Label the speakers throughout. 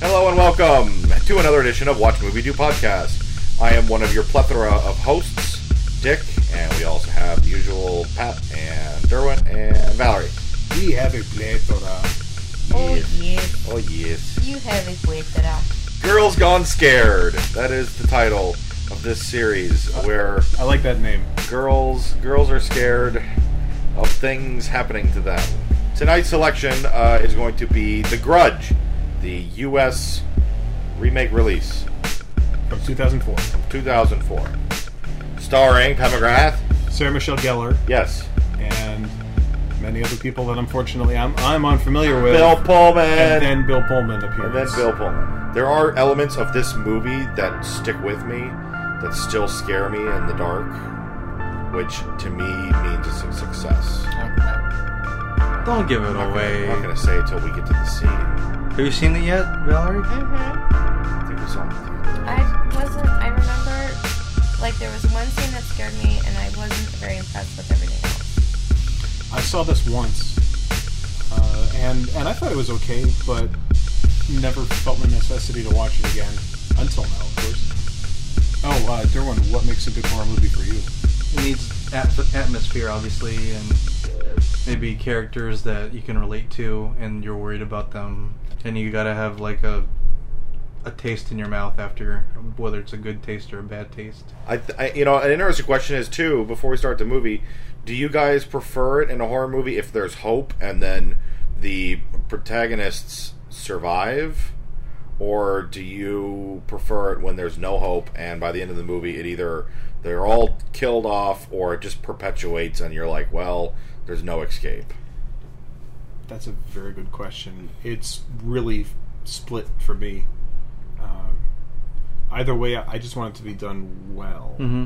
Speaker 1: Hello and welcome to another edition of Watch Movie Do Podcast. I am one of your plethora of hosts, Dick, and we also have the usual Pat and Derwin and Valerie.
Speaker 2: We have a plethora.
Speaker 3: Oh yes,
Speaker 1: Oh yes.
Speaker 3: you have it plethora.
Speaker 1: Girls Gone Scared. That is the title of this series where
Speaker 4: I like that name.
Speaker 1: girls girls are scared of things happening to them. Tonight's selection uh, is going to be The Grudge, the US remake release.
Speaker 4: From 2004.
Speaker 1: 2004. Starring Pat McGrath.
Speaker 4: Sarah Michelle Gellar
Speaker 1: Yes.
Speaker 4: and many other people that unfortunately I'm, I'm unfamiliar with.
Speaker 1: Bill Pullman.
Speaker 4: And then Bill Pullman appears.
Speaker 1: And then Bill Pullman. There are elements of this movie that stick with me, that still scare me in the dark, which to me means it's a success.
Speaker 5: Don't give
Speaker 1: I'm
Speaker 5: it
Speaker 1: not gonna-
Speaker 5: away.
Speaker 1: I'm not going to say it till we get to the scene. I
Speaker 5: Have you seen it yet, Valerie?
Speaker 3: Mm-hmm.
Speaker 1: think we saw it in the theater.
Speaker 3: I wasn't. I remember, like there was one scene that scared me, and I wasn't very impressed with everything else.
Speaker 4: I saw this once, uh, and and I thought it was okay, but never felt the necessity to watch it again until now, of course. Oh, uh, Derwin, what makes a good horror movie for you?
Speaker 5: It needs at- atmosphere, obviously, and maybe characters that you can relate to, and you're worried about them, and you gotta have like a a taste in your mouth after, whether it's a good taste or a bad taste.
Speaker 1: I, th- I, you know, an interesting question is too. Before we start the movie, do you guys prefer it in a horror movie if there's hope and then the protagonists survive, or do you prefer it when there's no hope and by the end of the movie it either they're all killed off or it just perpetuates and you're like, well, there's no escape.
Speaker 4: That's a very good question. It's really f- split for me. Um, either way, I I just want it to be done well.
Speaker 5: Mm-hmm.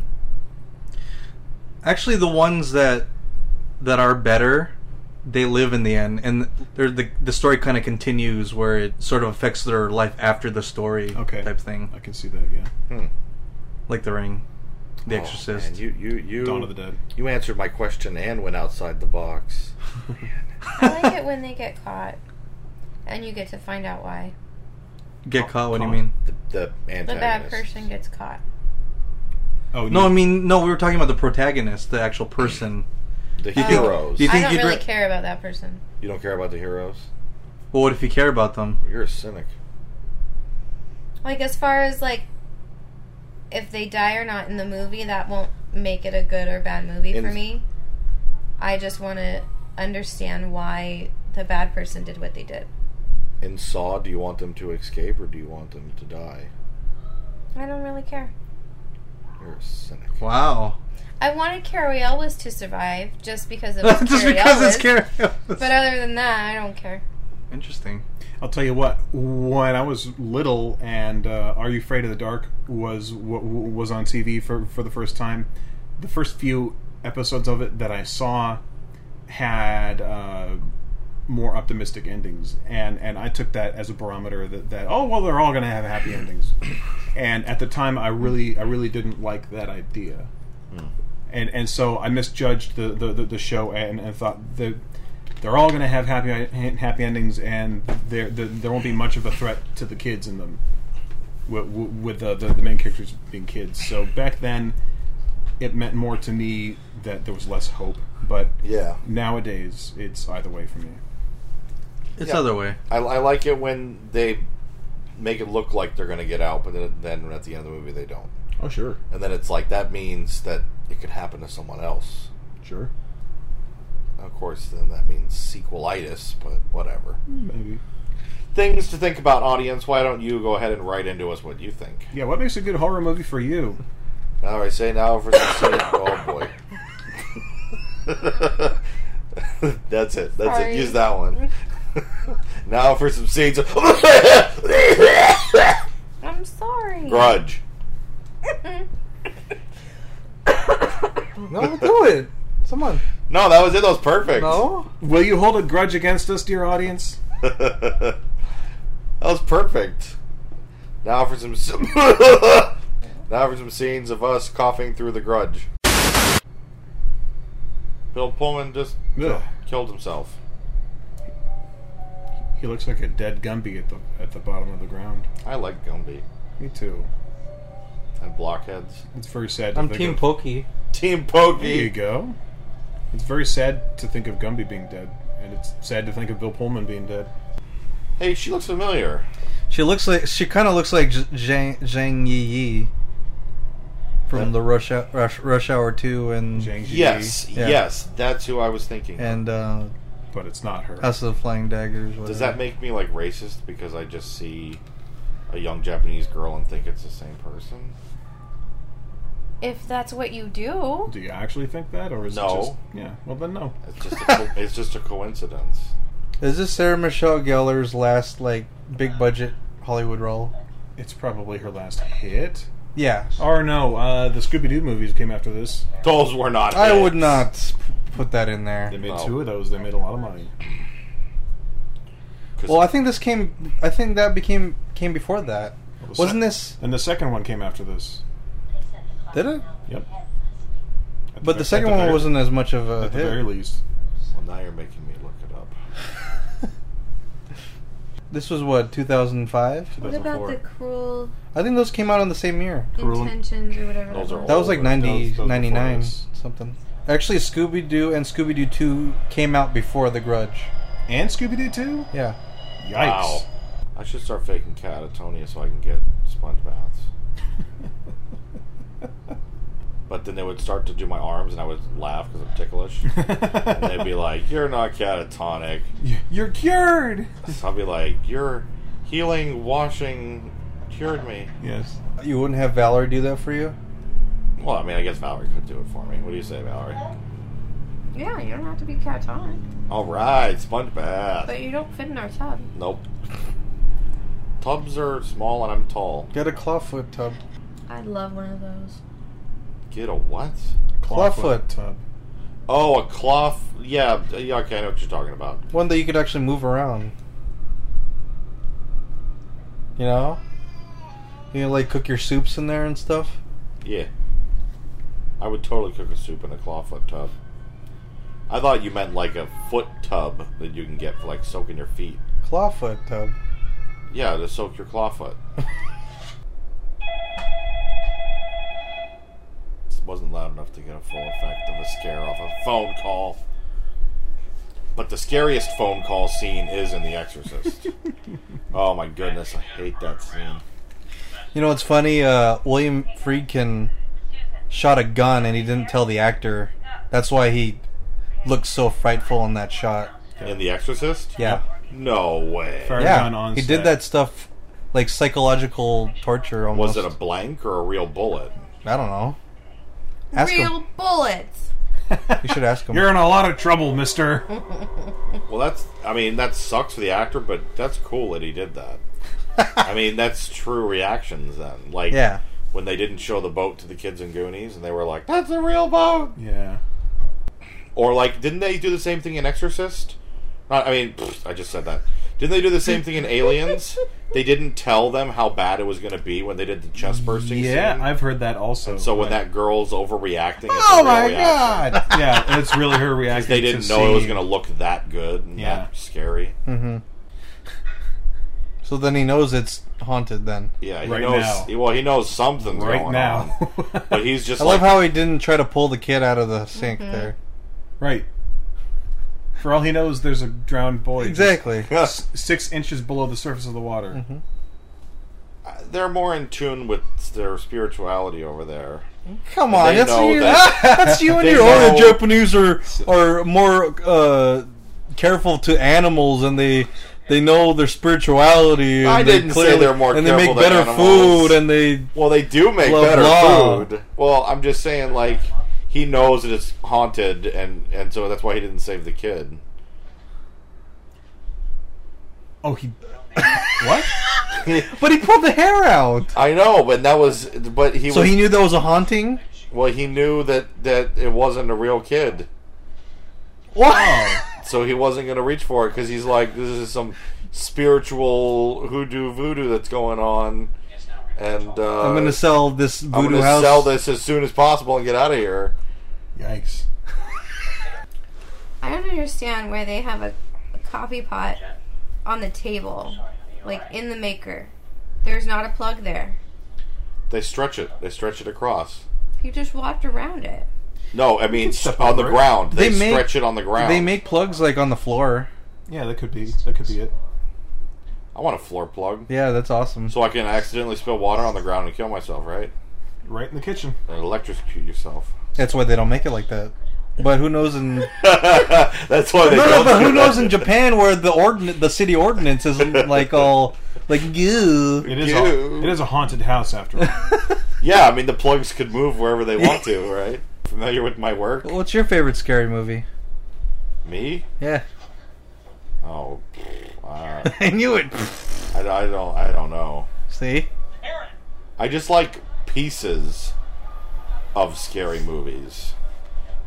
Speaker 5: Actually, the ones that that are better, they live in the end, and they're the the story kind of continues where it sort of affects their life after the story
Speaker 4: Okay.
Speaker 5: type thing,
Speaker 4: I can see that. Yeah.
Speaker 1: Hmm.
Speaker 5: like The Ring, The Exorcist.
Speaker 1: And Oh, you, you, you,
Speaker 4: Oh, Dawn of the Dead.
Speaker 1: You answered my question and went outside the box.
Speaker 3: I like it when they get caught, and you get to find out why
Speaker 5: Get caught? What do you
Speaker 4: Caught.
Speaker 5: mean?
Speaker 1: The, the
Speaker 3: the
Speaker 1: antagonist.
Speaker 3: bad person gets caught.
Speaker 4: Oh
Speaker 5: No,
Speaker 4: you-
Speaker 5: I mean no. We were talking about the protagonist, the actual person.
Speaker 1: The
Speaker 3: think-
Speaker 1: heroes.
Speaker 5: do You
Speaker 3: I
Speaker 5: think
Speaker 3: don't
Speaker 5: you'd
Speaker 3: really
Speaker 5: re-
Speaker 3: care about that person.
Speaker 1: you don't care about the heroes?
Speaker 5: Well, what if you care about them?
Speaker 1: You're a cynic.
Speaker 3: Like as far as like if they die or not in the movie, that won't make it a good or bad movie
Speaker 1: In-
Speaker 3: for me. I just want to understand why the bad person did what they did.
Speaker 1: In Saw, do you want them to escape or do you want them to die?
Speaker 3: I don't really care.
Speaker 1: You're a cynic.
Speaker 5: Wow,
Speaker 3: I wanted Carrie Elwes to survive just because it was
Speaker 5: just
Speaker 3: Carrie
Speaker 5: because
Speaker 3: Elwes.
Speaker 5: it's care.
Speaker 3: But other than that, I don't care.
Speaker 5: Interesting.
Speaker 4: I'll tell you what. When I was little, and uh, "Are You Afraid of the Dark" was what was on TV for for the first time. The first few episodes of it that I saw had uh, more optimistic endings, and and I took that as a barometer that, that oh well they're all going to have happy endings. And at the time, I really I really didn't like that idea, and and so I misjudged the the, the, the show and, and thought that they're all going to have happy happy endings, and there, there there won't be much of a threat to the kids in them, with, with the, the the main characters being kids. So back then, it meant more to me that there was less hope. But
Speaker 1: Yeah.
Speaker 4: nowadays, it's either way for me.
Speaker 5: It's
Speaker 1: Yeah.
Speaker 5: other way.
Speaker 1: I, I like it when they make it look like they're going to get out, but then, then at the end of the movie they don't.
Speaker 4: Oh sure,
Speaker 1: And then it's like that means that it could happen to someone else.
Speaker 4: sure,
Speaker 1: Of course, then that means sequelitis, but whatever.
Speaker 4: maybe.
Speaker 1: Things to think about, audience. Why don't you go ahead and write into us what you think?
Speaker 4: Yeah, what makes a good horror movie for you?
Speaker 1: All right, say now for some scene. Oh boy. That's it. That's
Speaker 3: Sorry.
Speaker 1: it. Use that one. now for some scenes.
Speaker 3: I'm s-
Speaker 1: Grudge.
Speaker 5: No, do it. Someone.
Speaker 1: No, that was it. That was perfect.
Speaker 5: No.
Speaker 4: Will you hold a grudge against us, dear audience?
Speaker 1: that was perfect. Now for some. now for some scenes of us coughing through the grudge. Bill Pullman just
Speaker 4: Ugh.
Speaker 1: killed himself.
Speaker 4: He looks like a dead Gumby at the at the bottom of the ground.
Speaker 1: I like Gumby
Speaker 4: Me too.
Speaker 1: and blockheads.
Speaker 4: It's very sad. To
Speaker 5: I'm
Speaker 4: think
Speaker 5: Team
Speaker 4: of.
Speaker 5: Pokey.
Speaker 1: Team Pokey.
Speaker 4: There you go. It's very sad to think of Gumby being dead, and it's sad to think of Bill Pullman being dead.
Speaker 1: Hey, she looks familiar.
Speaker 5: She looks like she kind of looks like J- Zhang Zhang Yi Yi from
Speaker 1: Yeah.
Speaker 5: the Rush, Hou- Rush Rush Hour Two and
Speaker 4: Zhang Ziyi,
Speaker 1: Yes,
Speaker 5: Yeah.
Speaker 1: yes, that's who I was thinking.
Speaker 5: and uh,
Speaker 4: but it's not her.
Speaker 5: House of the Flying Daggers.
Speaker 1: Does
Speaker 5: whatever.
Speaker 1: that make me like racist because I just see a young Japanese girl and think it's the same person?
Speaker 3: If that's what you do.
Speaker 4: Do you actually think that, or is
Speaker 1: No.
Speaker 4: it just yeah? Well, then no.
Speaker 1: It's just a co- it's just a coincidence.
Speaker 5: Is this Sarah Michelle Gellar's last like big budget Hollywood role?
Speaker 4: It's probably her last hit.
Speaker 5: Yeah,
Speaker 4: Or no, uh, the Scooby Doo movies came after this.
Speaker 1: Those were not.
Speaker 5: I
Speaker 1: hits.
Speaker 5: would not put that in
Speaker 4: They
Speaker 5: there.
Speaker 4: made
Speaker 1: No.
Speaker 4: two of those. They made a lot of money.
Speaker 1: 'Cause-
Speaker 5: Well, I think this came. I think that became came before that.
Speaker 4: Well, the
Speaker 5: Wasn't
Speaker 4: sec-
Speaker 5: this?
Speaker 4: And the second one came after this.
Speaker 5: Did it?
Speaker 4: Yep. At
Speaker 5: But
Speaker 4: ve-
Speaker 5: the second
Speaker 4: at
Speaker 5: one
Speaker 4: very-
Speaker 5: wasn't as much of a
Speaker 4: At the
Speaker 5: hit.
Speaker 4: very least,
Speaker 1: Well, now you're making me look it up.
Speaker 5: This was what 2005.
Speaker 3: What about
Speaker 4: 2004.
Speaker 3: the cruel
Speaker 5: I think those came out in the same year.
Speaker 4: Cruel-
Speaker 3: intentions or whatever?
Speaker 1: Those
Speaker 3: that
Speaker 1: are
Speaker 5: That was like
Speaker 1: Oh, that
Speaker 5: 90,
Speaker 4: was- that was
Speaker 5: 99,
Speaker 4: before this.
Speaker 5: something. Actually, Scooby Doo and Scooby Doo 2 came out before The Grudge.
Speaker 4: and Scooby Doo two.
Speaker 5: Yeah.
Speaker 4: Yikes!
Speaker 1: Wow. I should start faking catatonia so I can get sponge baths. But then they would start to do my arms, and I would laugh because I'm ticklish. and they'd be like, "You're not catatonic."
Speaker 4: You're cured.
Speaker 1: So I'll be like, "You're healing, washing, cured me."
Speaker 4: Yes.
Speaker 5: You wouldn't have Valerie do that for you?
Speaker 1: Well, I mean, I guess Valerie could do it for me. What do you say, Valerie?
Speaker 3: Yeah, you don't have to be catatonic,
Speaker 1: All right, sponge bath.
Speaker 3: but you don't fit in our tub.
Speaker 1: Nope. Tubs are small and I'm tall.
Speaker 5: Get a clawfoot tub.
Speaker 3: I'd love one of those.
Speaker 1: Get a what?
Speaker 5: Clawfoot.
Speaker 4: tub.
Speaker 1: Oh, a cloth. Yeah, yeah. Okay, I know what you're talking about.
Speaker 5: One that you could actually move around. You know? You know, like cook your soups in there and stuff.
Speaker 1: Yeah. I would totally cook a soup in a clawfoot tub. I thought you meant like a foot tub that you can get for like soaking your feet.
Speaker 5: Clawfoot tub.
Speaker 1: Yeah, to soak your clawfoot. this wasn't loud enough to get a full effect of a scare off a phone call. But the scariest phone call scene is in The Exorcist. oh my goodness, I hate that scene.
Speaker 5: You know what's funny? Uh, William Friedkin shot a gun and he didn't tell the actor. That's why he looked so frightful in that shot.
Speaker 1: In The Exorcist?
Speaker 5: Yeah.
Speaker 1: No way.
Speaker 4: Fair.
Speaker 5: yeah.
Speaker 4: gun on
Speaker 5: he
Speaker 4: set.
Speaker 5: did that stuff like psychological torture almost.
Speaker 1: Was it a blank or a real bullet?
Speaker 5: I don't know. Ask
Speaker 3: Real
Speaker 5: him.
Speaker 3: bullets.
Speaker 5: You should ask him.
Speaker 4: You're in a lot of trouble, Mister.
Speaker 1: Well, that's. I mean, that sucks for the actor, but that's cool that he did that. I mean, that's true reactions then. Like,
Speaker 5: yeah.
Speaker 1: when they didn't show the boat to the kids in Goonies, and they were like, "That's a real boat,"
Speaker 4: yeah.
Speaker 1: or like, didn't they do the same thing in Exorcist? Not, I mean, pfft, I just said that. Didn't they do the same thing in Aliens? they didn't tell them how bad it was going to be when they did the chest bursting.
Speaker 4: Yeah,
Speaker 1: scene.
Speaker 4: I've heard that also.
Speaker 1: so when
Speaker 4: But-
Speaker 1: that girl's overreacting, it's a
Speaker 5: Oh
Speaker 1: real
Speaker 5: my
Speaker 1: reaction.
Speaker 5: god.
Speaker 4: yeah, it's really her reaction.
Speaker 1: They
Speaker 4: to
Speaker 1: didn't know it was
Speaker 4: seeing-
Speaker 1: going to look that good and
Speaker 4: Yeah.
Speaker 1: that scary.
Speaker 5: So then he knows it's haunted then.
Speaker 1: Yeah, he
Speaker 4: Right
Speaker 1: knows.
Speaker 4: now.
Speaker 1: he- well, he knows something's
Speaker 4: right
Speaker 1: going
Speaker 4: now.
Speaker 1: on, but he's just
Speaker 5: I
Speaker 1: like,
Speaker 5: love how he didn't try to pull the kid out of the sink there.
Speaker 4: right. For all he knows, there's a drowned boy just
Speaker 5: Exactly.
Speaker 4: s- six inches below the surface of the water.
Speaker 1: uh, they're more in tune with their spirituality over there.
Speaker 5: Come on,
Speaker 1: They
Speaker 5: that's
Speaker 1: know
Speaker 5: you,
Speaker 1: that-
Speaker 5: that's you and
Speaker 1: They
Speaker 5: your oh,
Speaker 1: know-
Speaker 5: the Japanese are are more uh, careful to animals and they they know their spirituality. And
Speaker 1: I
Speaker 5: they
Speaker 1: didn't say they're more
Speaker 5: and they make
Speaker 1: careful than
Speaker 5: better
Speaker 1: animals.
Speaker 5: food and they
Speaker 1: Well, they do make
Speaker 5: Blah,
Speaker 1: better
Speaker 5: blah.
Speaker 1: food. Well, I'm just saying, like he knows that it's haunted, and and so that's why he didn't save the kid.
Speaker 4: Oh, he. what?
Speaker 5: but he pulled the hair out,
Speaker 1: I know, but that was. But he.
Speaker 5: so
Speaker 1: was,
Speaker 5: he knew that was a haunting.
Speaker 1: Well, he knew that that it wasn't a real kid,
Speaker 5: Wow.
Speaker 1: so he wasn't going to reach for it because he's like, this is some spiritual hoodoo voodoo that's going on, and uh,
Speaker 5: I'm gonna sell this
Speaker 1: I'm
Speaker 5: voodoo
Speaker 1: gonna
Speaker 5: house.
Speaker 1: sell this as soon as possible and get out of here.
Speaker 4: Yikes.
Speaker 3: I don't understand why they have a, a coffee pot on the table, like in the maker. There's not a plug there.
Speaker 1: They stretch it. They stretch it across.
Speaker 3: You just walked around it.
Speaker 1: No, I mean
Speaker 4: step
Speaker 1: on the
Speaker 4: over it.
Speaker 1: ground. They,
Speaker 5: They make-
Speaker 1: stretch it on the ground.
Speaker 5: They make plugs like on the floor.
Speaker 4: Yeah, that could be. That could be it.
Speaker 1: I want a floor plug.
Speaker 5: Yeah, that's awesome.
Speaker 1: So I can accidentally spill water on the ground and kill myself, right?
Speaker 4: Right in the kitchen.
Speaker 1: And electrocute yourself.
Speaker 5: That's why they don't make it like that. But who knows in
Speaker 1: That's why they
Speaker 5: no, no,
Speaker 1: don't
Speaker 5: but
Speaker 1: do
Speaker 5: who knows in
Speaker 1: that.
Speaker 5: Japan where the ordin- the city ordinance is like all like goo.
Speaker 4: It is.
Speaker 1: You.
Speaker 4: A, it is a haunted house after all.
Speaker 1: Yeah, I mean the plugs could move wherever they want to, right? Familiar with my work?
Speaker 5: What's your favorite scary movie?
Speaker 1: Me?
Speaker 5: Yeah,
Speaker 1: Oh, pff, uh,
Speaker 5: I knew it.
Speaker 1: I, I don't. I don't know.
Speaker 5: See,
Speaker 1: I just like pieces of scary movies.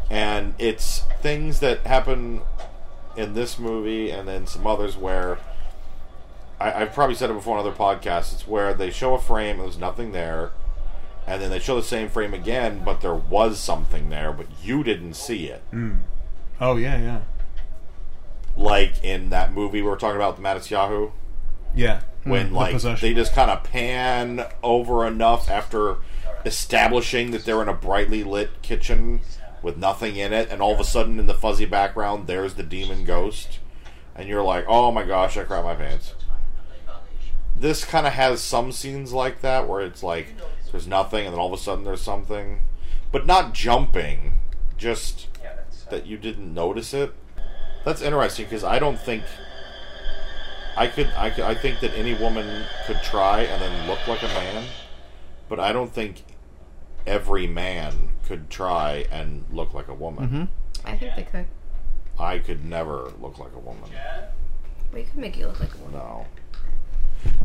Speaker 1: And it's things that happen in this movie and then some others where I, I've probably said it before on other podcasts. It's where they show a frame and there's nothing there. And then they show the same frame again, but there was something there, but you didn't see it.
Speaker 4: Oh yeah, yeah,
Speaker 1: Like in that movie we were talking about, The Mattis Yahoo.
Speaker 4: yeah. Hmm,
Speaker 1: when
Speaker 4: The
Speaker 1: like
Speaker 4: possession.
Speaker 1: they just kind of pan over enough after establishing that they're in a brightly lit kitchen with nothing in it and all of a sudden in the fuzzy background there's the demon ghost and you're like oh my gosh i crap my pants this kind of has some scenes like that where it's like there's nothing and then all of a sudden there's something but not jumping just that you didn't notice it that's interesting because i don't think I could, I could, I think that any woman could try and then look like a man, but I don't think every man could try and look like a woman.
Speaker 5: Mm-hmm.
Speaker 3: I think they could.
Speaker 1: I could never look like a woman.
Speaker 3: We could make you look like a woman.
Speaker 1: No.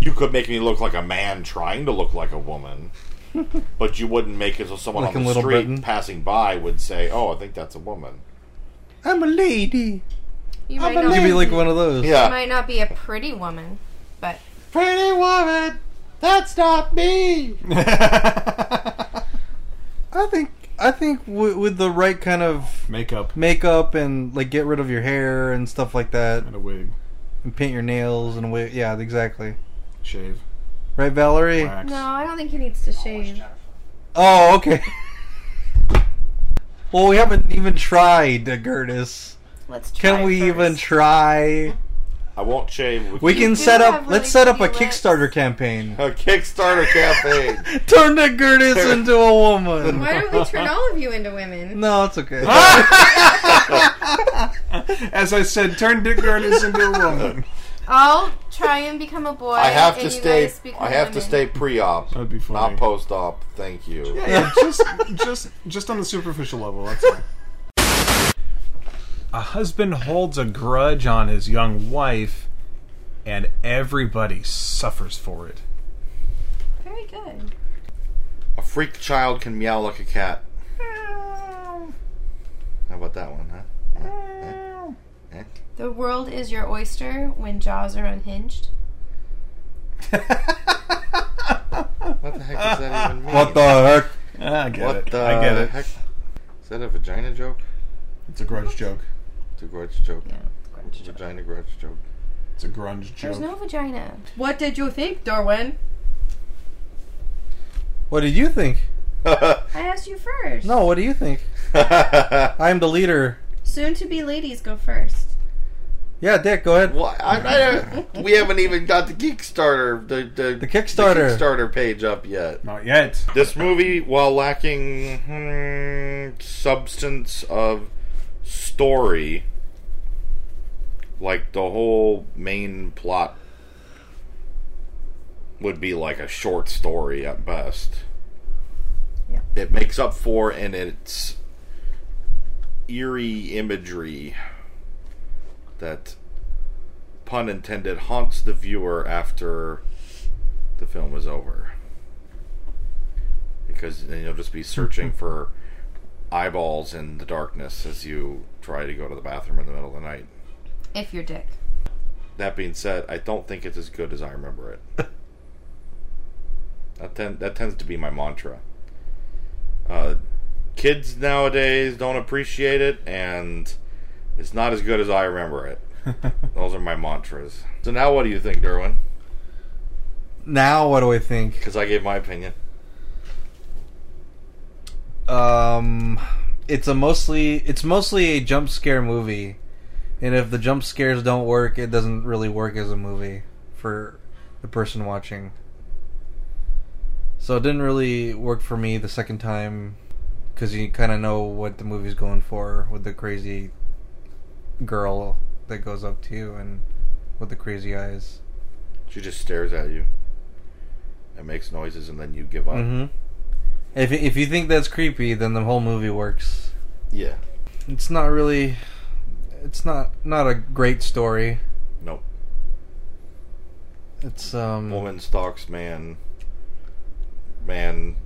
Speaker 1: You could make me look like a man trying to look like a woman, but you wouldn't make it so someone
Speaker 5: Like
Speaker 1: on
Speaker 5: in
Speaker 1: the
Speaker 5: Little
Speaker 1: street
Speaker 5: Britain?
Speaker 1: passing by would say, "Oh, I think that's a woman."
Speaker 5: I'm a lady.
Speaker 3: You
Speaker 5: I'm
Speaker 3: might,
Speaker 5: a
Speaker 3: not,
Speaker 5: lady. Be like one of those.
Speaker 3: you
Speaker 1: Yeah,
Speaker 3: might not be a pretty woman, but
Speaker 1: pretty woman. That's not me.
Speaker 5: I think I think w- with the right kind of
Speaker 4: Makeup
Speaker 5: makeup and like get rid of your hair and stuff like that
Speaker 4: and a wig,
Speaker 5: and paint your nails and wait. Yeah, exactly.
Speaker 4: shave,
Speaker 5: Right, Valerie.
Speaker 4: wax.
Speaker 3: no, I don't think he needs to shave.
Speaker 5: Oh, okay. well, we haven't even tried, uh, Gertis.
Speaker 3: Let's try.
Speaker 5: Can we
Speaker 3: first.
Speaker 5: even try?
Speaker 1: I won't shave. with
Speaker 5: We
Speaker 1: you.
Speaker 5: can
Speaker 3: do
Speaker 5: set up.
Speaker 3: have really
Speaker 5: let's set up a
Speaker 3: pretty lips.
Speaker 5: Kickstarter campaign.
Speaker 1: a Kickstarter campaign.
Speaker 5: Turn the Gertis into a woman.
Speaker 3: Why don't we turn all of you into women?
Speaker 5: No, it's okay.
Speaker 4: As I said, turn Dick Gardens into a woman.
Speaker 3: I'll try and become a boy.
Speaker 1: I have
Speaker 3: and
Speaker 1: to
Speaker 3: you
Speaker 1: stay.
Speaker 3: guys become
Speaker 1: I have to
Speaker 3: women.
Speaker 1: stay pre-op,
Speaker 4: That'd be funny.
Speaker 1: not post-op. Thank you.
Speaker 4: Yeah, just, just, just on the superficial level. That's all. A husband holds a grudge on his young wife, and everybody suffers for it.
Speaker 3: Very good.
Speaker 1: A freak child can meow like a cat. How about that one, huh? Huh? Huh? Huh?
Speaker 3: The world is your oyster when jaws are unhinged.
Speaker 1: What the heck does that even mean?
Speaker 5: what the heck?
Speaker 4: Ah, I get
Speaker 1: What
Speaker 4: it.
Speaker 1: the
Speaker 4: I get it.
Speaker 1: heck? Is that a vagina joke?
Speaker 4: It's a grudge joke.
Speaker 1: It's a grudge joke.
Speaker 3: Yeah.
Speaker 1: It's a vagina grudge joke.
Speaker 4: It's a grunge
Speaker 3: There's
Speaker 4: joke.
Speaker 3: no vagina. What did you think, Darwin?
Speaker 5: What do you think?
Speaker 3: I asked you first.
Speaker 5: No, what do you think? I am the leader.
Speaker 3: Soon to be ladies go first.
Speaker 5: Yeah, Dick, go ahead.
Speaker 1: well, I, I don't- we haven't even got the Kickstarter the the,
Speaker 5: The Kickstarter.
Speaker 1: the Kickstarter page up yet.
Speaker 4: Not yet.
Speaker 1: This movie, while lacking hmm, substance of story, like the whole main plot would be like a short story at best.
Speaker 3: Yeah.
Speaker 1: It makes up for in its eerie imagery that, pun intended, haunts the viewer after the film is over. Because then you'll just be searching for eyeballs in the darkness as you try to go to the bathroom in the middle of the night.
Speaker 3: If you're dick.
Speaker 1: That being said, I don't think it's as good as I remember it. that, ten- that tends to be my mantra. Uh, kids nowadays don't appreciate it, and it's not as good as I remember it. Those are my mantras. So now, what do you think, Derwin?
Speaker 5: Now, what do I think?
Speaker 1: Because I gave my opinion.
Speaker 5: Um, it's a mostly it's mostly a jump scare movie, and if the jump scares don't work, it doesn't really work as a movie for the person watching. So it didn't really work for me the second time because you kind of know what the movie's going for with the crazy girl that goes up to you and with the crazy eyes.
Speaker 1: She just stares at you and makes noises, and then you give up.
Speaker 5: hmm If if you think that's creepy, then the whole movie works.
Speaker 1: Yeah.
Speaker 5: It's not really. It's not not a great story.
Speaker 1: Nope.
Speaker 5: It's um.
Speaker 1: Woman stalks man. Man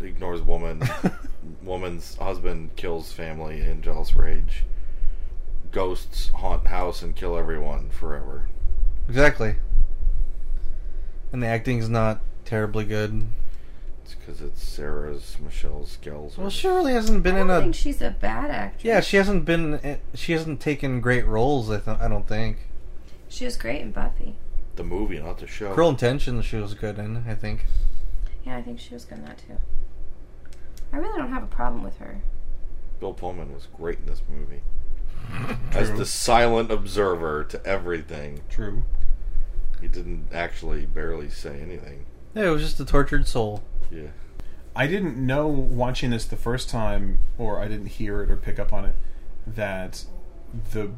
Speaker 1: ignores woman. Woman's husband kills family in jealous rage. Ghosts haunt house and kill everyone forever.
Speaker 5: exactly. And the acting's not terribly good.
Speaker 1: It's because it's Sarah's Michelle's skills.
Speaker 5: Well, she really hasn't been
Speaker 3: I
Speaker 5: in
Speaker 3: don't
Speaker 5: a.
Speaker 3: think she's a bad actress.
Speaker 5: yeah, she hasn't been. eh, She hasn't taken great roles. I th- I don't think.
Speaker 3: She was great in Buffy.
Speaker 1: The movie, not the show.
Speaker 5: Cruel Intentions she was good in. I think.
Speaker 3: Yeah, I think she was good in that too. I really don't have a problem with her.
Speaker 1: Bill Pullman was great in this movie. As the silent observer to everything.
Speaker 4: True.
Speaker 1: He didn't actually barely say anything.
Speaker 5: Yeah, it was just a tortured soul.
Speaker 1: Yeah.
Speaker 4: I didn't know watching this the first time, or I didn't hear it or pick up on it, that the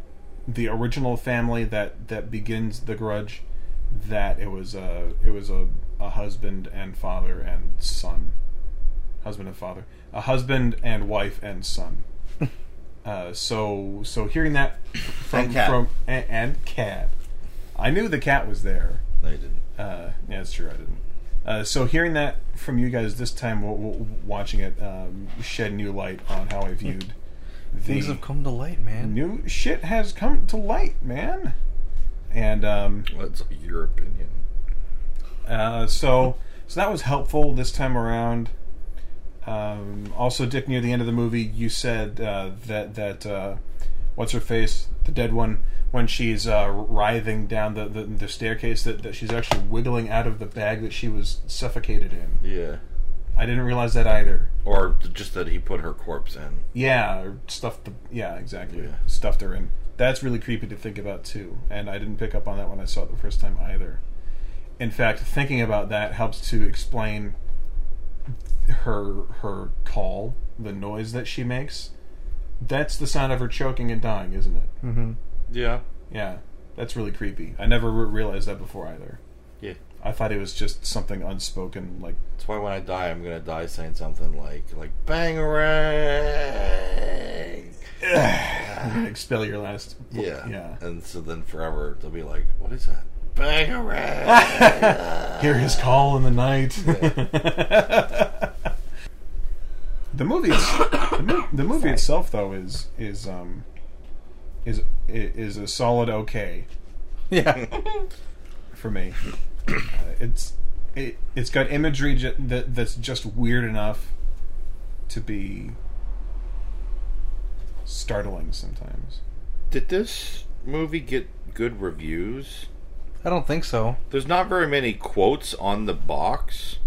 Speaker 4: the original family that that begins the grudge, that it was a it was a, a husband and father and son, husband and father, a husband and wife and son. uh, so so hearing that from
Speaker 6: And cat.
Speaker 4: from and, and cat, I knew the cat was there.
Speaker 1: No, he didn't.
Speaker 4: Uh, yeah, that's true. I didn't. Uh, so hearing that from you guys this time, w- w- watching it, um, shed new light on how I viewed
Speaker 5: Things
Speaker 4: the
Speaker 5: have come to light, man.
Speaker 4: new shit has come to light, man. And um,
Speaker 1: That's your opinion.
Speaker 4: uh, so so that was helpful this time around. Um, also, Dick, near the end of the movie, you said uh, that that uh, what's her face, the dead one, when she's uh, writhing down the, the, the staircase, that, that she's actually wiggling out of the bag that she was suffocated in.
Speaker 1: Yeah.
Speaker 4: I didn't realize that either.
Speaker 1: Or just that he put her corpse in.
Speaker 4: Yeah, or stuffed the yeah exactly
Speaker 1: Yeah.
Speaker 4: stuffed her in. That's really creepy to think about too, and I didn't pick up on that when I saw it the first time either. In fact, thinking about that helps to explain her her call, the noise that she makes. That's the sound of her choking and dying, isn't it?
Speaker 5: Mm-hmm.
Speaker 1: Yeah.
Speaker 4: Yeah, that's really creepy. I never re- realized that before either.
Speaker 1: Yeah.
Speaker 4: I thought it was just something unspoken, like
Speaker 1: That's why when I die, I'm gonna die saying something like like bangarang.
Speaker 4: expel your last.
Speaker 1: Yeah.
Speaker 4: yeah.
Speaker 1: And so then forever they'll be like, what is that? Bangarang.
Speaker 4: hear his call in the night. the movie, it's- the, mo- the movie itself, though, is is um is i- is a solid okay
Speaker 5: Yeah.
Speaker 4: for me. Uh, it's it, it's got imagery ju- that that's just weird enough to be startling sometimes.
Speaker 1: Did this movie get good reviews?
Speaker 5: I don't think so.
Speaker 1: There's not very many quotes on the box,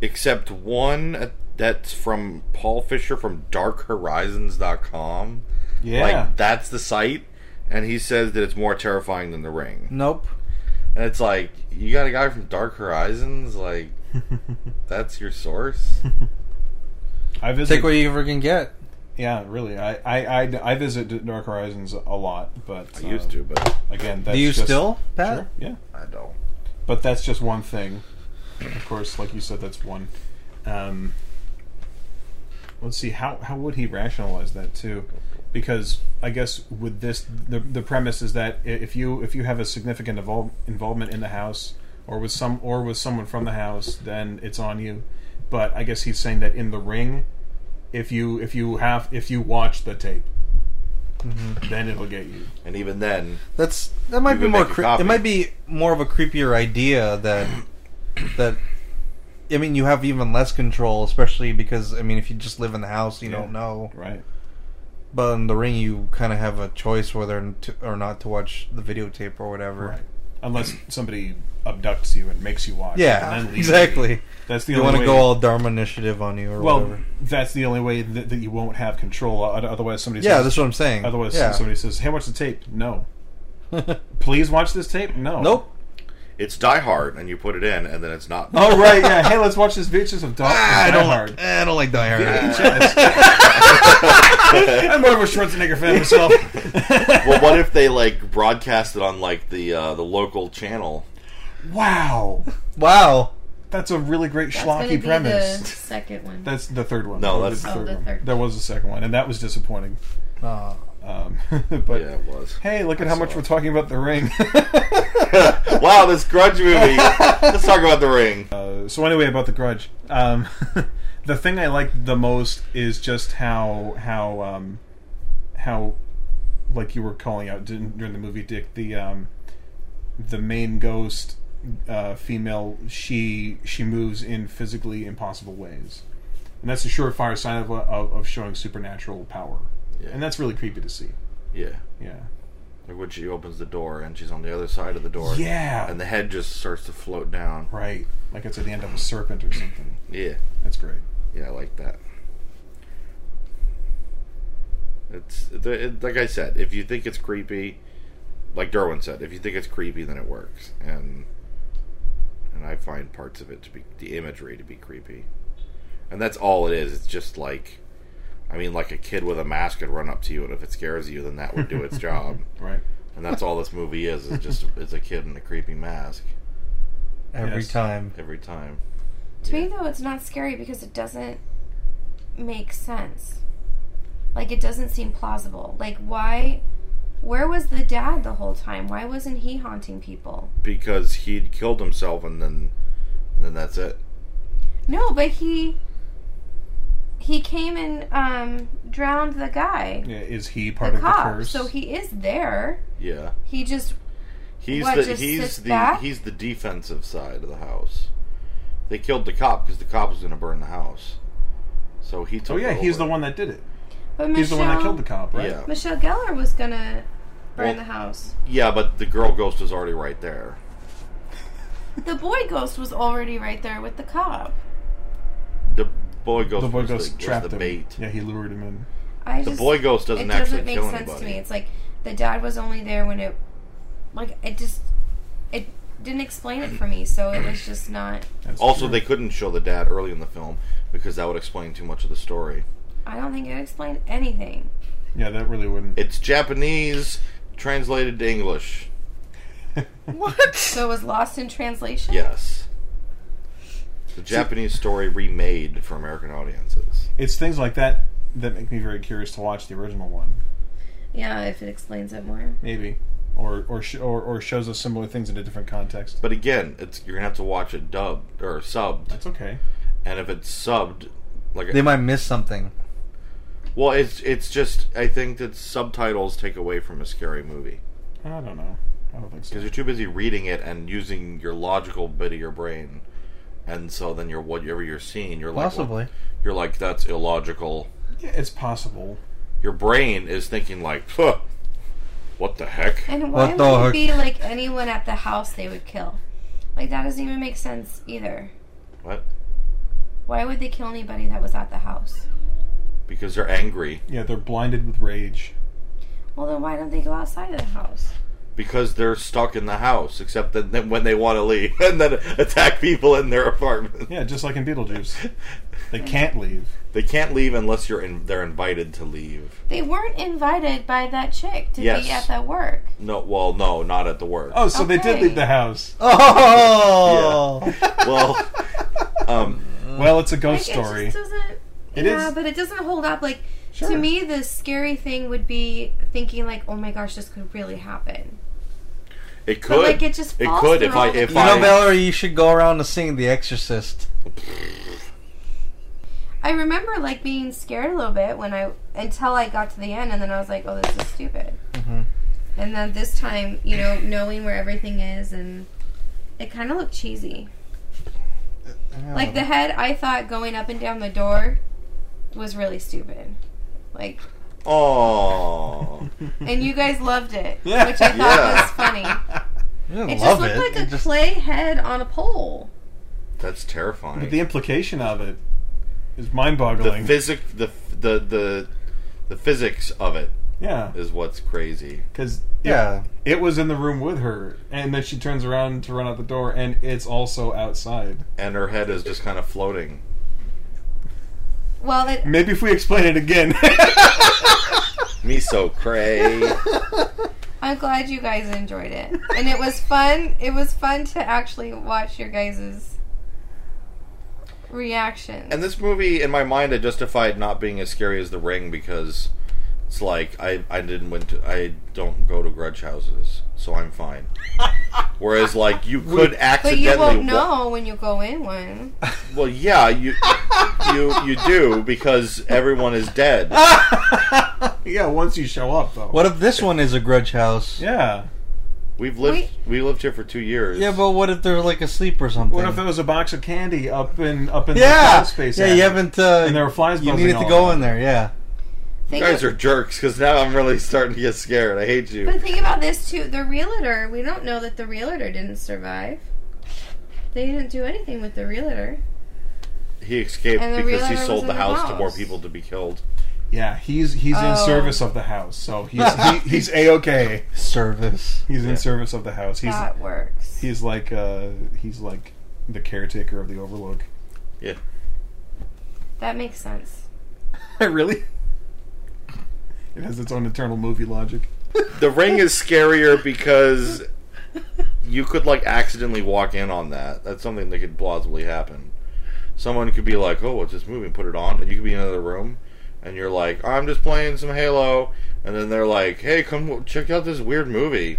Speaker 1: except one at- that's from Paul Fisher from DarkHorizons.com.
Speaker 4: Yeah,
Speaker 1: Like that's the site, and he says that it's more terrifying than The Ring.
Speaker 5: Nope.
Speaker 1: And it's like you got a guy from Dark Horizons, like that's your source.
Speaker 4: I visit.
Speaker 5: Take what you ever can get.
Speaker 4: yeah, really. I, I I I visit Dark Horizons a lot, but um,
Speaker 1: I used to, but
Speaker 4: Again, that's
Speaker 5: Do you
Speaker 4: just-
Speaker 5: still, Pat?
Speaker 4: Sure, yeah.
Speaker 1: I don't.
Speaker 4: But that's just one thing. Of course, like you said, that's one. Um, let's see how how would he rationalize that too? Because I guess with this, the the premise is that i- if you if you have a significant evol- involvement in the house or with some or with someone from the house, then it's on you. But I guess he's saying that in the ring, if you if you have if you watch the tape, then it'll get you.
Speaker 1: And even then,
Speaker 5: That's that might
Speaker 1: You
Speaker 5: be
Speaker 1: would
Speaker 5: more.
Speaker 1: make a
Speaker 5: Cre-
Speaker 1: copy.
Speaker 5: it might be more of a creepier idea that that. I mean, you have even less control, especially because I mean, if you just live in the house, you
Speaker 4: Yeah.
Speaker 5: don't know.
Speaker 4: Right.
Speaker 5: But in the ring, you kind of have a choice whether to, or not to watch the videotape or whatever.
Speaker 4: Right. Unless somebody abducts you and makes you watch.
Speaker 5: Yeah,
Speaker 4: and then leaves you.
Speaker 5: exactly.
Speaker 4: That's the
Speaker 5: You want
Speaker 4: only
Speaker 5: to
Speaker 4: way.
Speaker 5: go all Dharma initiative on you or
Speaker 4: well,
Speaker 5: whatever.
Speaker 4: that's the only way that, that you won't have control. O- Otherwise, somebody
Speaker 5: Yeah,
Speaker 4: says,
Speaker 5: that's what I'm saying.
Speaker 4: Otherwise,
Speaker 5: yeah.
Speaker 4: somebody says, "Hey, watch the tape." No. Please watch this tape. No.
Speaker 5: Nope.
Speaker 1: it's Die Hard, and you put it in, and then it's not.
Speaker 4: Oh right, yeah. Hey, let's watch this bitches of Doc
Speaker 5: Ah, I
Speaker 4: Die
Speaker 5: don't.
Speaker 4: Hard.
Speaker 5: eh, I don't like Die Hard.
Speaker 4: I'm more of a Schwarzenegger fan myself.
Speaker 1: well, what if they like broadcast it on like the uh, the local channel?
Speaker 4: wow,
Speaker 5: Wow.
Speaker 4: that's a really great
Speaker 3: That's gonna
Speaker 4: schlocky
Speaker 3: be
Speaker 4: premise.
Speaker 3: the second one.
Speaker 4: That's the third one.
Speaker 1: No,
Speaker 4: That was
Speaker 1: that's-
Speaker 3: Oh, the
Speaker 4: one.
Speaker 3: third.
Speaker 4: There was a second one, and that was disappointing.
Speaker 5: Oh.
Speaker 4: Um, but
Speaker 1: yeah, it was.
Speaker 4: hey, look at how much
Speaker 1: saw
Speaker 4: we're
Speaker 1: it. talking
Speaker 4: talking about the ring.
Speaker 1: wow, this grudge movie. Let's talk about the ring.
Speaker 4: Uh, so anyway, about the Grudge, um, the thing I like the most is just how how um, how like you were calling out during during the movie, Dick. The um, the main ghost uh, female she she moves in physically impossible ways, and that's a surefire sign of of, of showing supernatural power,
Speaker 1: Yeah.
Speaker 4: and that's really creepy to see.
Speaker 1: Yeah,
Speaker 4: Yeah,
Speaker 1: like when she opens the door and she's on the other side of the door.
Speaker 4: yeah,
Speaker 1: and the head just starts to float down.
Speaker 4: right. Like it's at the end of a serpent or something.
Speaker 1: Yeah,
Speaker 4: That's great.
Speaker 1: yeah, I like that. It's the- it, like I said. If you think it's creepy, like Derwin said, if you think it's creepy, then it works. And and I find parts of it to be the imagery to be creepy, and that's all it is. It's just like, I mean, like a kid with a mask could run up to you, and if it scares you, then that would do its job.
Speaker 4: Right.
Speaker 1: And that's all this movie is. It's just it's a kid in a creepy mask
Speaker 5: Every
Speaker 4: Yes.
Speaker 5: time.
Speaker 1: every time.
Speaker 3: To me, though, it's not scary because it doesn't make sense. Like, it doesn't seem plausible. Like, why? Where was the dad the whole time? Why wasn't he haunting people?
Speaker 1: because he'd killed himself and then and then that's it.
Speaker 3: No, but he. He came and um, drowned the guy,
Speaker 4: Yeah, is he
Speaker 3: the
Speaker 4: part of
Speaker 3: cop.
Speaker 4: the curse?
Speaker 3: So he is there.
Speaker 1: Yeah.
Speaker 3: He just
Speaker 1: He's
Speaker 3: What,
Speaker 1: the
Speaker 3: just
Speaker 1: he's
Speaker 3: sits
Speaker 1: the
Speaker 3: back?
Speaker 1: he's the defensive side of the house. They killed the cop because the cop was going to burn the house. So he took
Speaker 4: Oh yeah,
Speaker 1: over.
Speaker 4: he's the one that did it.
Speaker 3: But Michelle,
Speaker 4: He's the one that killed the cop, right?
Speaker 1: Yeah.
Speaker 3: Michelle Geller was gonna burn
Speaker 1: Well-
Speaker 3: the house.
Speaker 1: Yeah, but the girl ghost was already right there.
Speaker 3: The boy ghost was already right there with the cop.
Speaker 1: The boy ghost
Speaker 4: The boy
Speaker 1: was,
Speaker 4: ghost
Speaker 1: the, was
Speaker 4: trapped
Speaker 1: the
Speaker 4: him.
Speaker 1: bait.
Speaker 4: Yeah, he lured him in.
Speaker 3: I
Speaker 1: The
Speaker 3: just,
Speaker 1: boy ghost doesn't,
Speaker 3: it doesn't
Speaker 1: actually
Speaker 3: make
Speaker 1: kill
Speaker 3: sense
Speaker 1: anybody.
Speaker 3: to me. It's like the dad was only there when it, like it just, it didn't explain it for me. So it was just not.
Speaker 4: That's
Speaker 1: also,
Speaker 4: true.
Speaker 1: they couldn't show the dad early in the film because that would explain too much of the story.
Speaker 3: I don't think it explained anything.
Speaker 4: yeah, that really wouldn't.
Speaker 1: It's Japanese translated to English.
Speaker 3: So it was lost in translation.
Speaker 1: Yes. The Japanese story remade for American audiences.
Speaker 4: It's things like that that make me very curious to watch the original one,
Speaker 3: Yeah, if it explains it more.
Speaker 4: maybe, or or sh- or, or shows us similar things in a different context.
Speaker 1: But again, it's you're gonna have to watch it dubbed or subbed,
Speaker 4: That's okay.
Speaker 1: and if it's subbed, like
Speaker 5: They might miss something.
Speaker 1: well, it's it's just I think that subtitles take away from a scary movie
Speaker 4: I don't know. I don't think
Speaker 1: because
Speaker 4: so.
Speaker 1: you're too busy reading it and using your logical bit of your brain, and so then you're whatever you're seeing, you're like well,
Speaker 5: Possibly.
Speaker 1: you're like that's illogical.
Speaker 4: Yeah, it's possible.
Speaker 1: Your brain is thinking like, huh, what the heck?
Speaker 3: And why
Speaker 5: What
Speaker 3: would
Speaker 5: the
Speaker 3: it
Speaker 5: heck?
Speaker 3: be like anyone at the house they would kill? Like that doesn't even make sense either.
Speaker 1: What?
Speaker 3: Why would they kill anybody that was at the house?
Speaker 1: Because they're angry.
Speaker 4: Yeah, they're blinded with rage.
Speaker 3: Well, then why don't they go outside of the house?
Speaker 1: because they're stuck in the house, except that then when they want to leave and then attack people in their apartment.
Speaker 4: Yeah, just like in Beetlejuice, they can't leave.
Speaker 1: They can't leave unless you're in, they're invited to leave.
Speaker 3: They weren't invited by that chick to
Speaker 1: Yes.
Speaker 3: be at that work.
Speaker 1: No, well, no, not at the work.
Speaker 4: Oh, so they did
Speaker 3: Okay.
Speaker 4: leave the house.
Speaker 5: Oh.
Speaker 1: Well, um,
Speaker 4: Well, it's a
Speaker 3: Like,
Speaker 4: ghost
Speaker 3: It
Speaker 4: story.
Speaker 3: just doesn't.
Speaker 4: It
Speaker 3: yeah,
Speaker 4: is-
Speaker 3: but it doesn't hold up. Like to
Speaker 4: Sure.
Speaker 3: me, the scary thing would be thinking like, "Oh my gosh, this could really happen."
Speaker 1: It could.
Speaker 3: But, like, it just falls
Speaker 1: could
Speaker 3: through
Speaker 1: if I
Speaker 3: all the
Speaker 1: if
Speaker 3: You
Speaker 5: You know,
Speaker 1: I
Speaker 5: Valerie, you should go around and sing The Exorcist.
Speaker 3: I remember like being scared a little bit when I until I got to the end, and then I was like, "Oh, this is stupid."
Speaker 5: Mhm.
Speaker 3: And then this time, you know, knowing where everything is, and it kind of looked cheesy. Like the head, I thought going up and down the door was really stupid. Like,
Speaker 1: oh
Speaker 3: and you guys loved it,
Speaker 5: Yeah.
Speaker 3: which I thought
Speaker 1: Yeah.
Speaker 3: was funny.
Speaker 5: You didn't
Speaker 3: It just
Speaker 5: love
Speaker 3: looked
Speaker 5: it.
Speaker 3: like
Speaker 5: It
Speaker 3: a
Speaker 5: just-
Speaker 3: clay head on a pole.
Speaker 1: that's terrifying.
Speaker 4: But the implication of it is
Speaker 1: the
Speaker 4: mind-boggling.
Speaker 1: physic the the the the physics of it
Speaker 4: yeah,
Speaker 1: is what's crazy.
Speaker 4: because
Speaker 5: Yeah.
Speaker 4: it was in the room with her, and then she turns around to run out the door, and it's also outside.
Speaker 1: And her head is just kind of floating.
Speaker 3: Well, it,
Speaker 4: Maybe if we explain it again.
Speaker 1: Me so cray.
Speaker 3: I'm glad you guys enjoyed it, and it was fun. It was fun to actually watch your guys's reactions.
Speaker 1: and this movie, in my mind, I justified not being as scary as The Ring because it's like I I didn't went to, I don't go to grudge houses, so I'm fine. Whereas like you could
Speaker 3: but
Speaker 1: accidentally
Speaker 3: you won't
Speaker 1: wa-
Speaker 3: know when you go in one.
Speaker 1: Well, yeah, you you you do because everyone is dead.
Speaker 4: yeah, once you show up though.
Speaker 5: What if this one is a grudge house?
Speaker 4: Yeah.
Speaker 1: We've lived
Speaker 3: Wait.
Speaker 1: we lived here for two years.
Speaker 5: Yeah, but what if there's like a sleep or something?
Speaker 4: What if there was a box of candy up in up in the
Speaker 5: yeah,
Speaker 4: crawl space?
Speaker 5: yeah,
Speaker 4: area?
Speaker 5: you haven't. Uh,
Speaker 4: And there were flies
Speaker 5: You
Speaker 4: buzzing
Speaker 5: needed
Speaker 4: all
Speaker 5: to go
Speaker 4: around.
Speaker 5: in there. Yeah.
Speaker 1: you
Speaker 3: Think
Speaker 1: guys
Speaker 3: ab-
Speaker 1: are jerks because now I'm really starting to get scared. I hate you.
Speaker 3: but think about this too. The realtor. We don't know that the realtor didn't survive. They didn't do anything with the realtor.
Speaker 1: He escaped
Speaker 3: And the
Speaker 1: because he
Speaker 3: realtor was
Speaker 1: sold
Speaker 3: in
Speaker 1: the
Speaker 3: the
Speaker 1: house to
Speaker 3: house.
Speaker 1: more people to be killed.
Speaker 4: Yeah, he's he's in
Speaker 3: Oh.
Speaker 4: service of the house, so he's he, he's a okay.
Speaker 5: Service.
Speaker 4: He's
Speaker 1: Yeah.
Speaker 4: in service of the house. He's
Speaker 3: that works.
Speaker 4: he's like uh he's like the caretaker of the Overlook.
Speaker 1: Yeah.
Speaker 3: that makes sense.
Speaker 4: really? It has its own internal movie logic.
Speaker 1: The ring is scarier because you could like accidentally walk in on that. That's something that could plausibly happen. Someone could be like, "Oh, what's this movie?" and put it on, and you could be in another room, and you're like, "I'm just playing some Halo," and then they're like, "Hey, come check out this weird movie."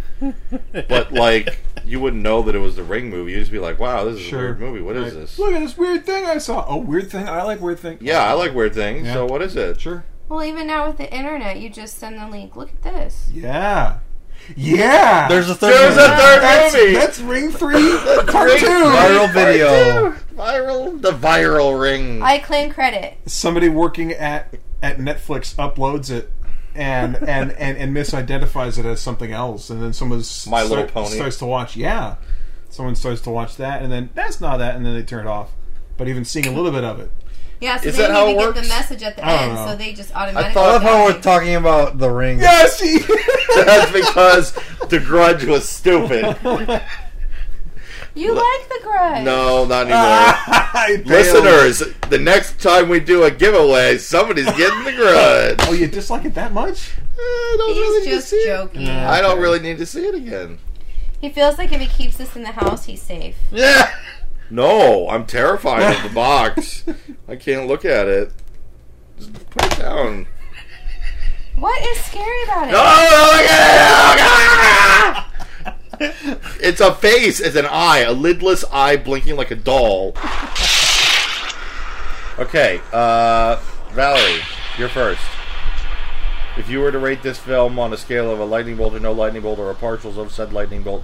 Speaker 1: but like, you wouldn't know that it was the Ring movie. You'd just be like, "Wow, this is
Speaker 4: Sure.
Speaker 1: a weird movie. What is
Speaker 4: Right.
Speaker 1: this?"
Speaker 4: Look at this weird thing I saw. Oh, weird thing. I like weird things.
Speaker 1: Yeah, I like weird things.
Speaker 4: Yeah.
Speaker 1: So what is it?
Speaker 4: Sure.
Speaker 3: Well, even now with the internet, you just send the link. Look at this.
Speaker 4: Yeah. Yeah.
Speaker 5: There's a third.
Speaker 1: There's a
Speaker 5: one.
Speaker 1: third
Speaker 4: that's,
Speaker 1: movie.
Speaker 4: That's Ring Three Part
Speaker 1: Ring
Speaker 4: Two.
Speaker 5: Viral video.
Speaker 1: Viral, the viral ring.
Speaker 3: I claim credit.
Speaker 4: Somebody working at at Netflix uploads it. And, and, and and misidentifies it as something else, and then someone
Speaker 1: My Little Pony.
Speaker 4: starts to watch. Yeah, someone starts to watch that, and then that's not that, and then they turn it off. But even seeing a little bit of it,
Speaker 3: Yeah, so
Speaker 1: Is
Speaker 3: they
Speaker 1: that
Speaker 3: didn't
Speaker 1: how it
Speaker 3: even get
Speaker 1: works?
Speaker 3: the message at the
Speaker 4: I don't
Speaker 3: end,
Speaker 4: know.
Speaker 3: so they just
Speaker 1: I
Speaker 3: automatically.
Speaker 1: thought-
Speaker 5: I love how we're
Speaker 3: like,
Speaker 5: talking about the ring.
Speaker 4: yes, he-
Speaker 1: That's because the grudge was stupid.
Speaker 3: You like the grudge.
Speaker 1: No, not
Speaker 4: Ah.
Speaker 1: anymore.
Speaker 4: I failed.
Speaker 1: Listeners, the next time we do a giveaway, somebody's getting the grudge.
Speaker 4: Oh, you dislike it that much?
Speaker 1: I don't
Speaker 3: He's
Speaker 1: really need to
Speaker 3: just
Speaker 1: see it.
Speaker 3: joking.
Speaker 4: Nah.
Speaker 1: I don't really need to see it again.
Speaker 3: He feels like if he keeps this in the house, he's safe.
Speaker 1: Yeah. No, I'm terrified of the box. I can't look at it. Just put it down.
Speaker 3: What is scary about it?
Speaker 1: No, look at it! Ah! Oh, It's a face. It's an eye. A lidless eye blinking like a doll. Okay, uh, Valerie, you're first. If you were to rate this film on a scale of a lightning bolt or no lightning bolt or a partials of said lightning bolt,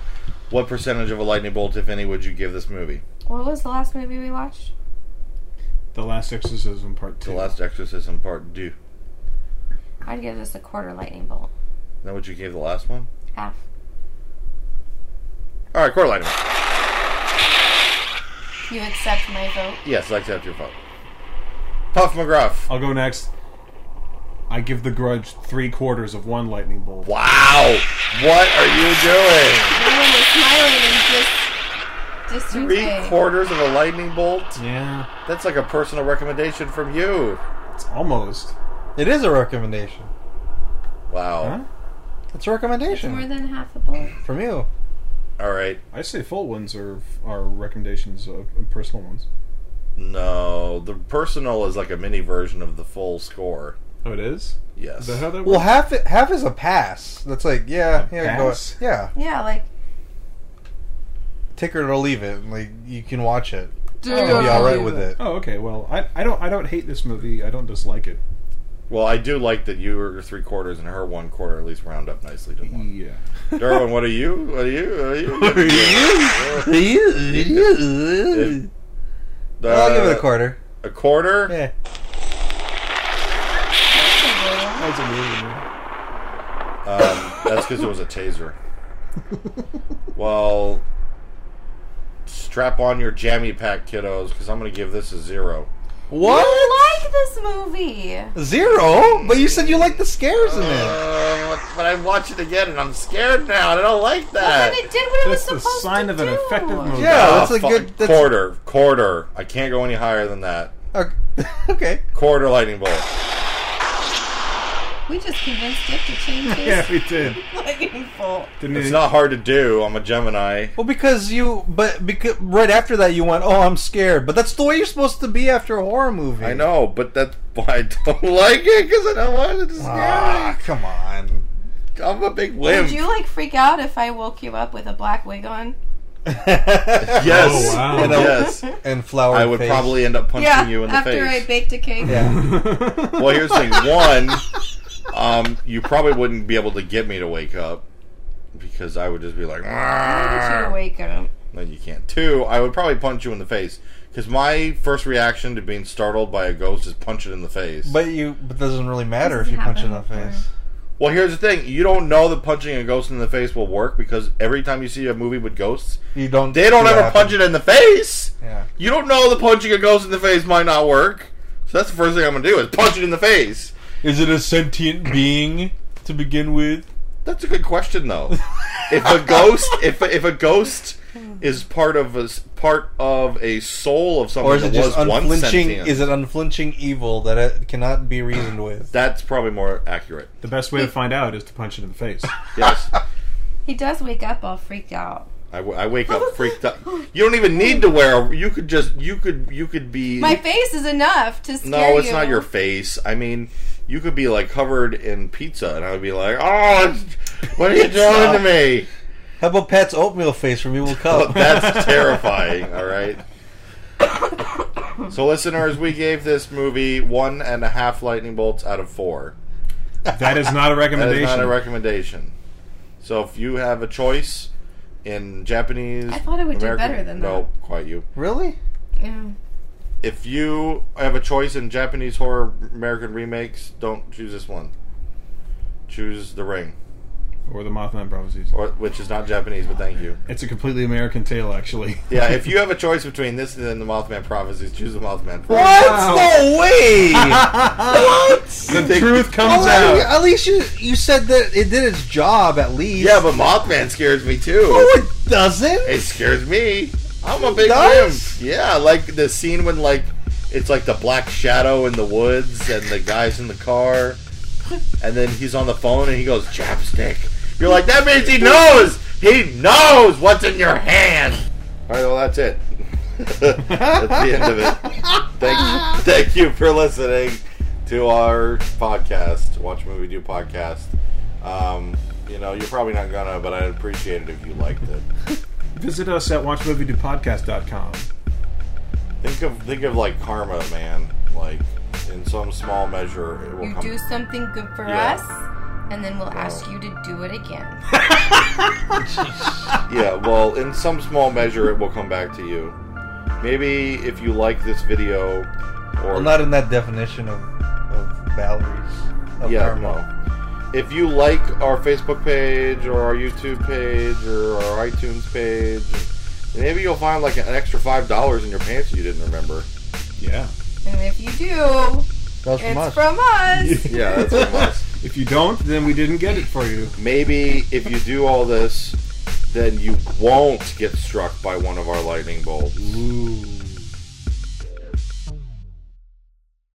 Speaker 1: what percentage of a lightning bolt, if any, would you give this movie?
Speaker 3: What was the last movie we watched?
Speaker 4: The Last Exorcism Part Two.
Speaker 1: The Last Exorcism Part Do.
Speaker 3: I'd give this a quarter lightning bolt.
Speaker 1: That what you gave the last one?
Speaker 3: Half.
Speaker 1: All right, quarter lightning. bolt.
Speaker 3: You accept my vote?
Speaker 1: Yes, I accept your vote. Puff McGruff.
Speaker 4: I'll go next. I give The Grudge three quarters of one lightning bolt.
Speaker 1: Wow! What are you doing?
Speaker 3: Everyone was smiling and just
Speaker 1: Three
Speaker 3: disarray.
Speaker 1: quarters of a lightning bolt?
Speaker 4: Yeah,
Speaker 1: That's like a personal recommendation from you.
Speaker 4: it's almost.
Speaker 5: It is a recommendation.
Speaker 4: Huh?
Speaker 1: Wow.
Speaker 5: It's a
Speaker 3: More
Speaker 5: recommendation
Speaker 3: than half the bolt.
Speaker 5: from you.
Speaker 1: All right.
Speaker 4: I say full ones are are recommendations of personal ones.
Speaker 1: No, the personal is like a mini version of the full score.
Speaker 4: Oh, it is.
Speaker 1: Yes.
Speaker 4: Is that how that
Speaker 5: Well,
Speaker 4: works?
Speaker 5: half half is a pass. That's like yeah,
Speaker 4: A
Speaker 5: yeah, go
Speaker 4: pass?
Speaker 5: yeah.
Speaker 3: Yeah, like
Speaker 5: take it or leave it. Like you can watch it.
Speaker 3: Dude,
Speaker 5: You'll be all right with it.
Speaker 4: Oh, okay. Well, I, I don't I don't hate this movie. I don't dislike it.
Speaker 1: Well, I do like that you were three quarters and her one quarter at least round up nicely to one.
Speaker 4: Yeah.
Speaker 1: Darwin, what are you? What are you? What are you?
Speaker 5: I'll give it a quarter.
Speaker 1: Uh, A quarter?
Speaker 5: Yeah.
Speaker 4: That's a really good movie.
Speaker 1: Um, that's because it was a taser. well, strap on your jammy pack, kiddos, because I'm going to give this a zero.
Speaker 3: I like this movie.
Speaker 5: Zero? But you said you like the scares in it.
Speaker 1: Uh, but I watch it again and I'm scared now. and I don't like
Speaker 3: Well,
Speaker 1: that.
Speaker 3: then it did what it was
Speaker 4: That's the
Speaker 3: supposed
Speaker 4: sign
Speaker 3: to
Speaker 4: of
Speaker 3: do.
Speaker 4: an effective movie.
Speaker 5: Yeah, that's a
Speaker 1: fuck,
Speaker 5: good- that's-
Speaker 1: quarter. Quarter. I can't go any higher than that.
Speaker 5: Okay.
Speaker 1: Quarter lightning bolt.
Speaker 3: We just convinced Dick to change his
Speaker 4: Yeah, we did.
Speaker 3: fucking full.
Speaker 4: Didn't
Speaker 1: It's
Speaker 4: it-
Speaker 1: not hard to do. I'm a Gemini.
Speaker 5: Well, because you, but because right after that you went, oh, I'm scared. But that's the way you're supposed to be after a horror movie.
Speaker 1: I know, but that's why I don't like it because I don't want it to scare
Speaker 5: Ah, come on.
Speaker 1: me. I'm a big
Speaker 3: Would
Speaker 1: wimp.
Speaker 3: you like freak out if I woke you up with a black wig on?
Speaker 1: Yes.
Speaker 4: Oh, wow.
Speaker 5: And, a-
Speaker 1: Yes.
Speaker 5: and flower.
Speaker 1: I would
Speaker 5: face.
Speaker 1: probably end up punching you in the
Speaker 3: after
Speaker 1: face.
Speaker 3: I baked a cake.
Speaker 5: Yeah.
Speaker 1: well, here's the thing. One, um, you probably wouldn't be able to get me to wake up because I would just be like,
Speaker 3: Why did you
Speaker 1: "Argh."
Speaker 3: wake up?
Speaker 1: then you can't. Two, I would probably punch you in the face because my first reaction to being startled by a ghost is punch it in the face.
Speaker 5: But you, but it doesn't really matter if
Speaker 3: Doesn't
Speaker 5: you punch it in the
Speaker 3: happen
Speaker 5: face.
Speaker 1: well, here's the thing. You don't know that punching a ghost in the face will work because every time you see a movie with ghosts,
Speaker 5: You don't.
Speaker 1: they don't
Speaker 5: see what
Speaker 1: ever
Speaker 5: happens.
Speaker 1: punch it in the face.
Speaker 5: Yeah.
Speaker 1: You don't know the punching a ghost in the face might not work. So that's the first thing I'm going to do is punch it in the face.
Speaker 5: Is it a sentient being to begin with?
Speaker 1: That's a good question, though. if a ghost, if if a ghost is part of a s- part of a soul of something
Speaker 5: Or is it
Speaker 1: that
Speaker 5: just
Speaker 1: was once
Speaker 5: unflinching?
Speaker 1: sentient,
Speaker 5: Is it unflinching evil that it cannot be reasoned with?
Speaker 1: that's probably more accurate.
Speaker 4: the best way to find out is to punch it in the face.
Speaker 1: Yes,
Speaker 3: He does wake up all freaked out.
Speaker 1: I, w- I wake up freaked up. You don't even need to wear. A, you could just you could you could be.
Speaker 3: My face is enough to scare you.
Speaker 1: no, it's not your face. I mean, you could be like covered in pizza, and I would be like, "Oh, it's- what are you doing to me?"
Speaker 5: How about Pat's oatmeal face from Evil
Speaker 1: Oh,
Speaker 5: Cup?
Speaker 1: that's terrifying. All right. So, listeners, we gave this movie one and a half lightning bolts out of four.
Speaker 4: That is not a
Speaker 1: That
Speaker 4: recommendation.
Speaker 1: is not a recommendation. So, if you have a choice in Japanese,
Speaker 3: I thought it would do better than that.
Speaker 1: No, quite you.
Speaker 5: really?
Speaker 3: Yeah.
Speaker 1: If you have a choice in Japanese horror American remakes, don't choose this one. Choose The Ring,
Speaker 4: or the Mothman prophecies.
Speaker 1: or, which is not Japanese, but thank you.
Speaker 4: It's a completely American tale, actually.
Speaker 1: Yeah, if you have a choice between this and The Mothman Prophecies, choose The Mothman Prophecies.
Speaker 5: What? No way!
Speaker 4: The
Speaker 1: think-
Speaker 4: truth comes
Speaker 5: Well,
Speaker 4: out.
Speaker 5: at least you you said that it did its job. At least.
Speaker 1: Yeah, but Mothman scares me too.
Speaker 5: no, it doesn't.
Speaker 1: It scares me. I'm a big
Speaker 5: does?
Speaker 1: wimp. Yeah, like the scene when like it's like the black shadow in the woods and the guy's in the car, and then he's on the phone and he goes chapstick. You're like that means he knows. He knows what's in your hand. All right, well that's it. that's the end of it. Thank, thank you for listening to our podcast, Watch Movie Do podcast. Um, you know, you're probably not gonna, but I'd appreciate it if you liked it.
Speaker 4: Visit us at watchmoviedopodcast.com.
Speaker 1: Think of think of like karma, man. Like in some small measure, it will
Speaker 3: You
Speaker 1: come.
Speaker 3: do something good for
Speaker 1: Yeah.
Speaker 3: us, and then we'll ask you to do it again.
Speaker 1: Yeah, well, in some small measure, it will come back to you. Maybe if you like this video, or
Speaker 5: Well, not in that definition of of Valerie's. Of
Speaker 1: yeah,
Speaker 5: karma.
Speaker 1: no. If you like our Facebook page or our YouTube page or our iTunes page, maybe you'll find like an extra five dollars in your pants you didn't remember.
Speaker 4: Yeah.
Speaker 3: and if you do,
Speaker 5: That was from
Speaker 3: it's
Speaker 5: us.
Speaker 3: from us.
Speaker 1: Yeah, that's what it was.
Speaker 4: If you don't, then we didn't get it for you.
Speaker 1: maybe if you do all this, then you won't get struck by one of our lightning bolts.
Speaker 4: Ooh.